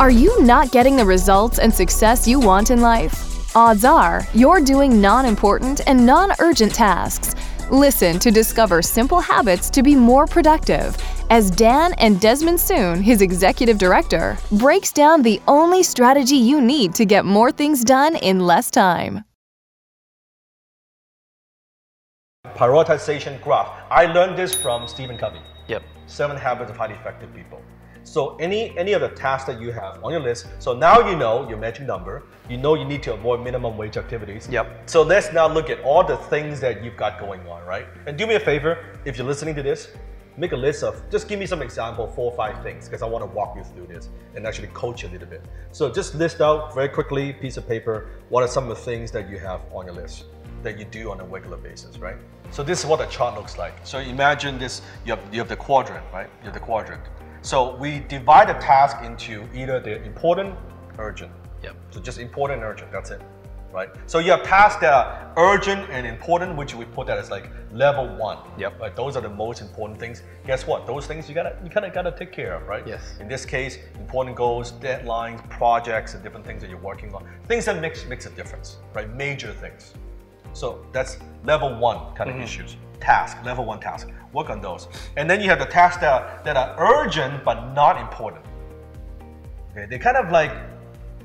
Are you not getting the results and success you want in life? Odds are you're doing non important and non urgent tasks. Listen to discover simple habits to be more productive as Dan and Desmond Soon, his executive director, breaks down the only strategy you need to get more things done in less time. prioritization graph. I learned this from Stephen Covey. Yep. Seven Habits of Highly Effective People. So any any of the tasks that you have on your list, so now you know your magic number. You know you need to avoid minimum wage activities. Yep. So let's now look at all the things that you've got going on, right? And do me a favor, if you're listening to this, make a list of just give me some example four or five things because I want to walk you through this and actually coach you a little bit. So just list out very quickly, piece of paper, what are some of the things that you have on your list that you do on a regular basis, right? So this is what a chart looks like. So imagine this, you have, you have the quadrant, right? You have the quadrant. So we divide the task into either the important, urgent. Yep. So just important and urgent, that's it. Right? So you have tasks that are urgent and important, which we put that as like level one. Yep. Right? Those are the most important things. Guess what? Those things you gotta you kinda gotta take care of, right? Yes. In this case, important goals, deadlines, projects, and different things that you're working on. Things that makes makes a difference, right? Major things. So that's level one kind of Mm-hmm. issues. Task, level one task. Work on those. And then you have the tasks that are, that are urgent but not important. Okay, they're kind of like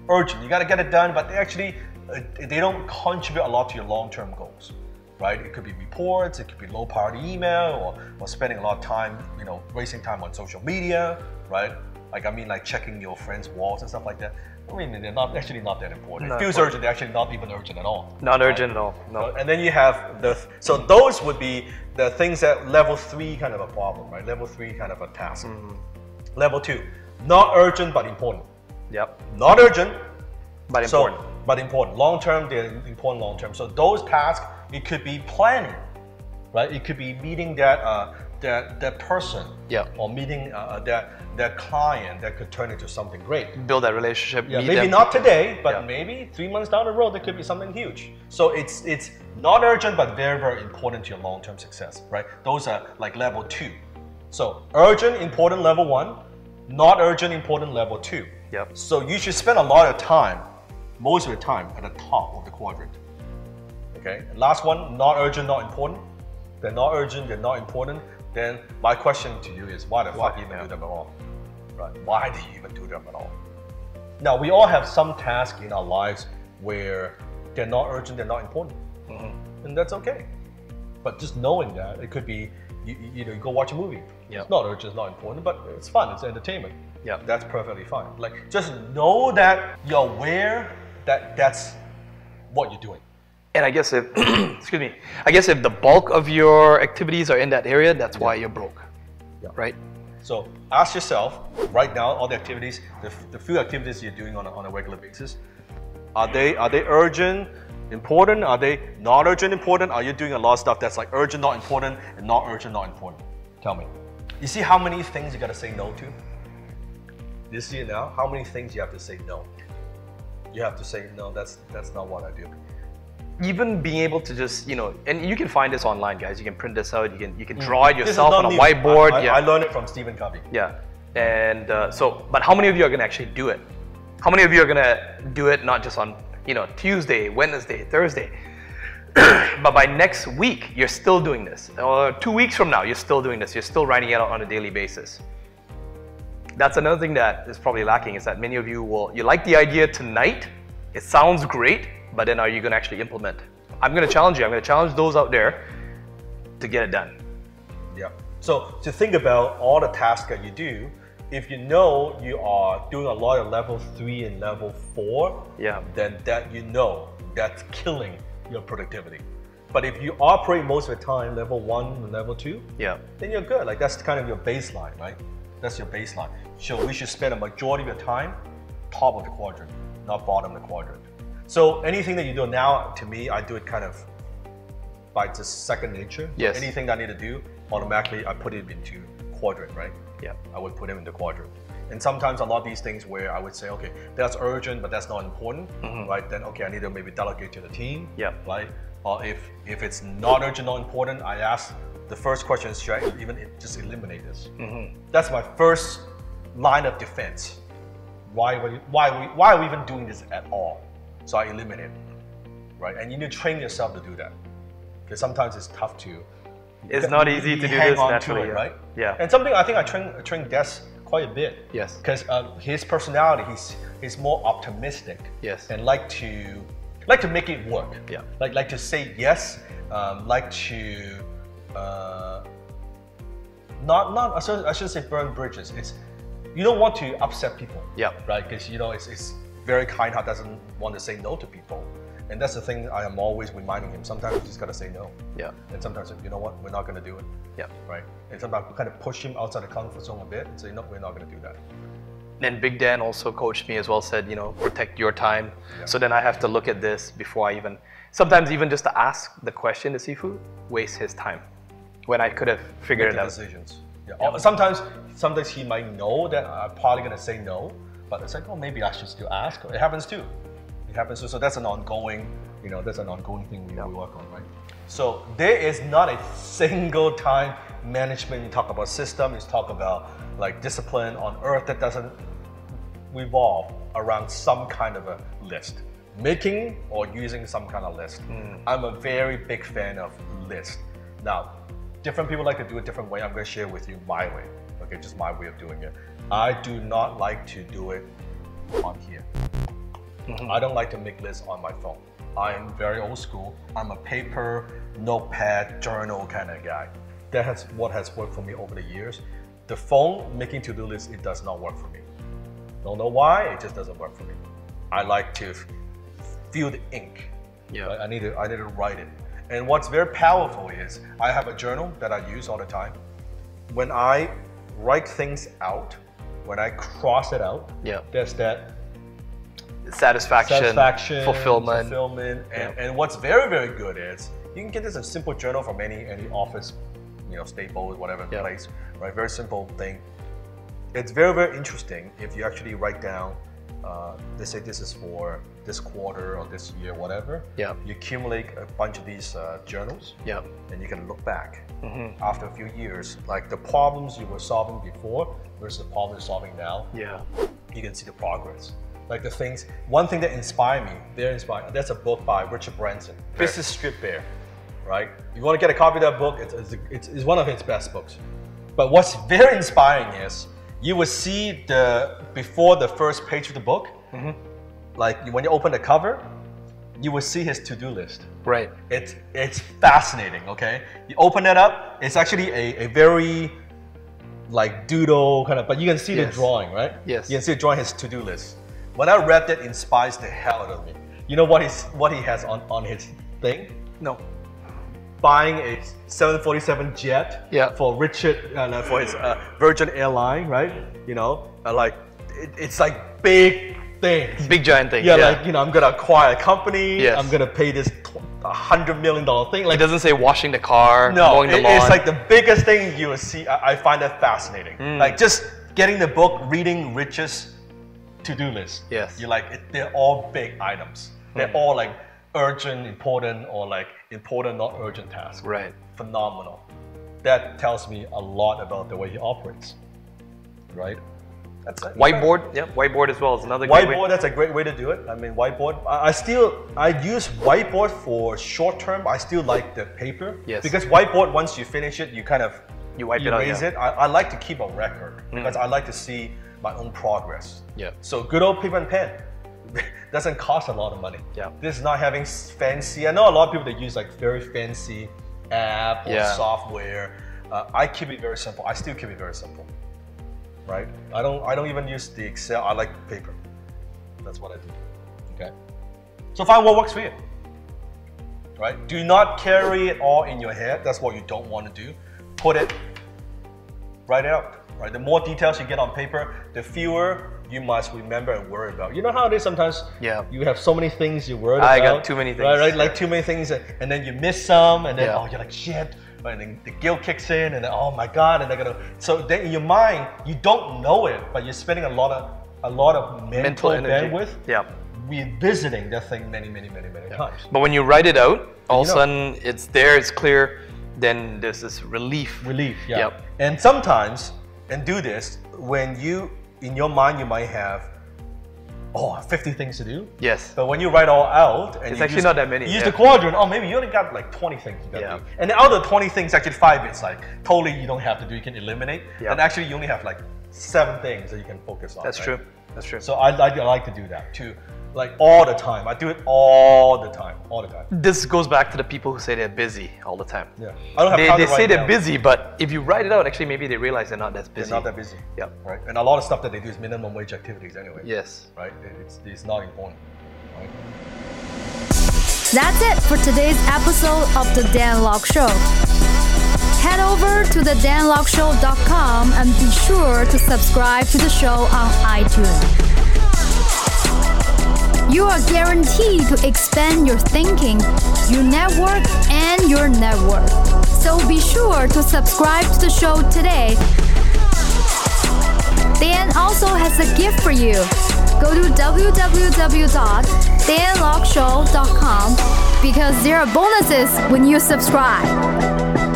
urgent. You got to get it done, but they actually uh, they don't contribute a lot to your long-term goals, right? It could be reports, it could be low-priority email, or, or spending a lot of time, you know, wasting time on social media, right? Like I mean, like checking your friends' walls and stuff like that. I mean, they're not actually not that important. Not it feels important. urgent. They're actually not even urgent at all. Not right? urgent at all. No. And then you have the so those would be the things that level three kind of a problem, right? Level three kind of a task. Mm-hmm. Level two, not urgent but important. Yep. Not urgent, But so, important. but important. Long term, they're important long term. So those tasks, it could be planning, right? It could be meeting that uh, that that person, Yeah. or meeting uh, that that client that could turn into something great. Build that relationship. Yeah, meet maybe them. not today, but Yeah. maybe three months down the road, there could be something huge. So it's it's not urgent, but very very important to your long term success, right? Those are like level two. So urgent, important level one, not urgent, important level two. Yep. So you should spend a lot of time, most of the time, at the top of the quadrant. Okay. And last one, not urgent, not important. They're not urgent. They're not important. Then my question to you is, why the fuck even do them at all? Right? Why do you even do them at all? Now, we all have some tasks in our lives where they're not urgent, they're not important. Mm-hmm. And that's okay. But just knowing that, it could be, you, you- you know, you go watch a movie. Yeah. It's not urgent, it's not important, but it's fun, it's entertainment. Yeah. That's perfectly fine. Like, just know that you're aware that that's what you're doing. And I guess if, excuse me, I guess if the bulk of your activities are in that area, that's why you're broke, Yeah. right? So ask yourself right now all the activities, the, the few activities you're doing on a, on a regular basis, are they are they urgent, important? Are they not urgent, important? Are you doing a lot of stuff that's like urgent, not important, and not urgent, not important? Tell me. You see how many things you gotta say no to? You see it now? How many things you have to say no? You have to say no. That's that's not what I do. Even being able to just, you know, and you can find this online, guys. You can print this out. You can you can draw it Mm. This is yourself not on a new. whiteboard. I, I- yeah. I learned it from Stephen Covey. Yeah. And uh, so, but how many of you are going to actually do it? How many of you are going to do it not just on, you know, Tuesday, Wednesday, Thursday, but by next week, you're still doing this. Or two weeks from now, you're still doing this. You're still writing it out on a daily basis. That's another thing that is probably lacking is that many of you will, you like the idea tonight, it sounds great, but then are you going to actually implement? I'm going to challenge you. I'm going to challenge those out there to get it done. Yeah. So to think about all the tasks that you do, if you know you are doing a lot of level three and level four, Yeah. then that you know that's killing your productivity. But if you operate most of the time level one and level two, Yeah. then you're good. Like that's kind of your baseline, right? That's your baseline. So we should spend a majority of your time top of the quadrant, not bottom of the quadrant. So anything that you do now, to me, I do it kind of by just second nature. Yes. Anything that I need to do, automatically I put it into quadrant, right? Yeah. I would put them in the quadrant. And sometimes a lot of these things where I would say, okay, that's urgent, but that's not important, Mm-hmm. right? Then okay, I need to maybe delegate to the team, Yeah. right? Or uh, if if it's not urgent, not important, I ask the first question is should I even e-, just eliminate this? That's my first line of defense. Why were you, why we why are we even doing this at all? So I eliminate, it, right? And you need to train yourself to do that because sometimes it's tough to It's that not you- easy you to do hang this on to naturally. it, yeah. right? Yeah. And something I think I train train Des quite a bit. Yes. Because um, his personality, he's he's more optimistic. Yes. And like to like to make it work. Yeah. Like like to say yes. Um, like to uh, not not I shouldn't, I shouldn't say burn bridges. It's you don't want to upset people. Yeah. Right. Because you know it's it's very kind heart doesn't want to say no to people. And that's the thing I am always reminding him. Sometimes you just gotta say no. Yeah. And sometimes, you know what, we're not going to do it, Yeah. right? And sometimes we kind of push him outside the comfort zone a bit and say, no, we're not going to do that. And Big Dan also coached me as well, said, you know, protect your time. So then I have to look at this before I even, sometimes even just to ask the question to Sifu wastes his time when I could have Make figured it the out. decisions. Yeah. Or Sometimes, sometimes he might know that I'm probably going to say no, but it's like, oh, maybe I should still ask. It happens too. It happens too. So that's an ongoing, you know, that's an ongoing thing we, we work on, right? So there is not a single time management you talk about system, you talk about like discipline on earth that doesn't revolve around some kind of a list, making or using some kind of list. I'm a very big fan of list. Now, different people like to do it different way. I'm going to share with you my way. Okay, just my way of doing it. I do not like to do it on here. I don't like to make lists on my phone. I'm very old school. I'm a paper, notepad, journal kind of guy. That has what has worked for me over the years. The phone making to-do lists, it does not work for me. Don't know why, it just doesn't work for me. I like to f- feel the ink. Yeah. I, I need to I need to write it. And what's very powerful is I have a journal that I use all the time. When I write things out, when I cross it out, Yeah. there's that Satisfaction, satisfaction, fulfillment. fulfillment. And, Yeah. and what's very, very good is you can get this in a simple journal from any any office, you know, staple, whatever Yeah. place, right? Very simple thing. It's very, very interesting if you actually write down. Uh, they say this is for this quarter or this year, whatever. Yeah. You accumulate a bunch of these uh, journals yeah. Mm-hmm. and you can look back after a few years, like the problems you were solving before versus the problems you're solving now Yeah. you can see the progress. Like the things, one thing that inspired me, they're inspired. That's a book by Richard Branson, Business Strip Bear, right? You want to get a copy of that book, it's, it's, it's, it's one of his best books. But what's very inspiring is you will see the before the first page of the book, like when you open the cover, you will see his to do list. Right. It's it's fascinating. Okay, you open it up. It's actually a, a very like doodle kind of, but you can see Yes. the drawing, right? Yes. You can see the drawing his to do list. When I read that, it inspires the hell out of me. You know what he's what he has on on his thing? No. Buying a 747 jet Yeah. for Richard uh, no, for his uh, Virgin Airline, right? You know, uh, like it, it's like big things Big giant thing. yeah, Yeah. like you know, I'm gonna acquire a company. Yes. I'm gonna pay this tw- a hundred million dollar thing. it Like doesn't say washing the car, no, mowing the it- lawn. it's like the biggest thing you will see. I, I find that fascinating. Hmm. Like just getting the book, reading Rich's to-do list. Yes. Hmm. you're like it, they're all big items. They're all like urgent, important, or like important, not urgent tasks. Right. Phenomenal. That tells me a lot about the way he operates. Right. That's it. whiteboard. Yeah. Whiteboard as well is another great way- Whiteboard, that's a great way to do it. I mean, whiteboard. I, I still I use whiteboard for short term. I still like the paper. Yes. Because whiteboard, once you finish it, you kind of You wipe it out, erase yeah. Mm. it. I, I like to keep a record because I like to see my own progress. Yeah. So good old paper and pen doesn't cost a lot of money. Yeah. This is not having s- fancy. I know a lot of people that use like very fancy app or Yeah. software. Uh, I keep it very simple. I still keep it very simple. Right. I don't. I don't even use the Excel. I like paper. That's what I do. Okay. So find what works for you. Right? Do not carry it all in your head. That's what you don't want to do. Put it, write it out. right? The more details you get on paper, the fewer you must remember and worry about. You know how it is sometimes. Yeah. You have so many things you worry I about. got too many things, Right, right, yeah. like too many things, and then you miss some, and then Yeah. oh, you're like shit. right, And then the guilt kicks in, and then oh my god, and they're gonna. So then in your mind, you don't know it, but you're spending a lot of a lot of mental, Mental energy. bandwidth Yeah. revisiting that thing many, many, many, many times. But when you write it out, all of a You know. sudden it's there, it's clear. Then there's this relief. relief. Yeah. Yep. And sometimes, and do this when you in your mind you might have oh 50 things to do. Yes. But when you write all out, and It's you actually use- not that many, You use yeah. the quadrant. Oh, maybe you only got like 20 things you got to Yeah. do. And out of the 20 things, actually five is like totally you don't have to do. You can eliminate. Yeah. And actually, you only have like seven things that you can focus on. That's right? true. That's true. So I, I, I like to do that too, like all the time. I do it all the time, all the time. this goes back to the people who say they're busy all the time. Yeah. I don't have They, time they to write say it they're down. busy, but if you write it out, actually maybe they realize they're not that busy. They're not that busy. Yep. Right. And a lot of stuff that they do is minimum wage activities anyway. Yes. Right. It- It's, it's not important. Right? That's it for today's episode of The Dan Lok Show. Head over to thedanlockshow.com and be sure to subscribe to the show on iTunes. You are guaranteed to expand your thinking, your network, and your network. So be sure to subscribe to the show today Dan also has a gift for you. Go to www.danlockshow.com because there are bonuses when you subscribe.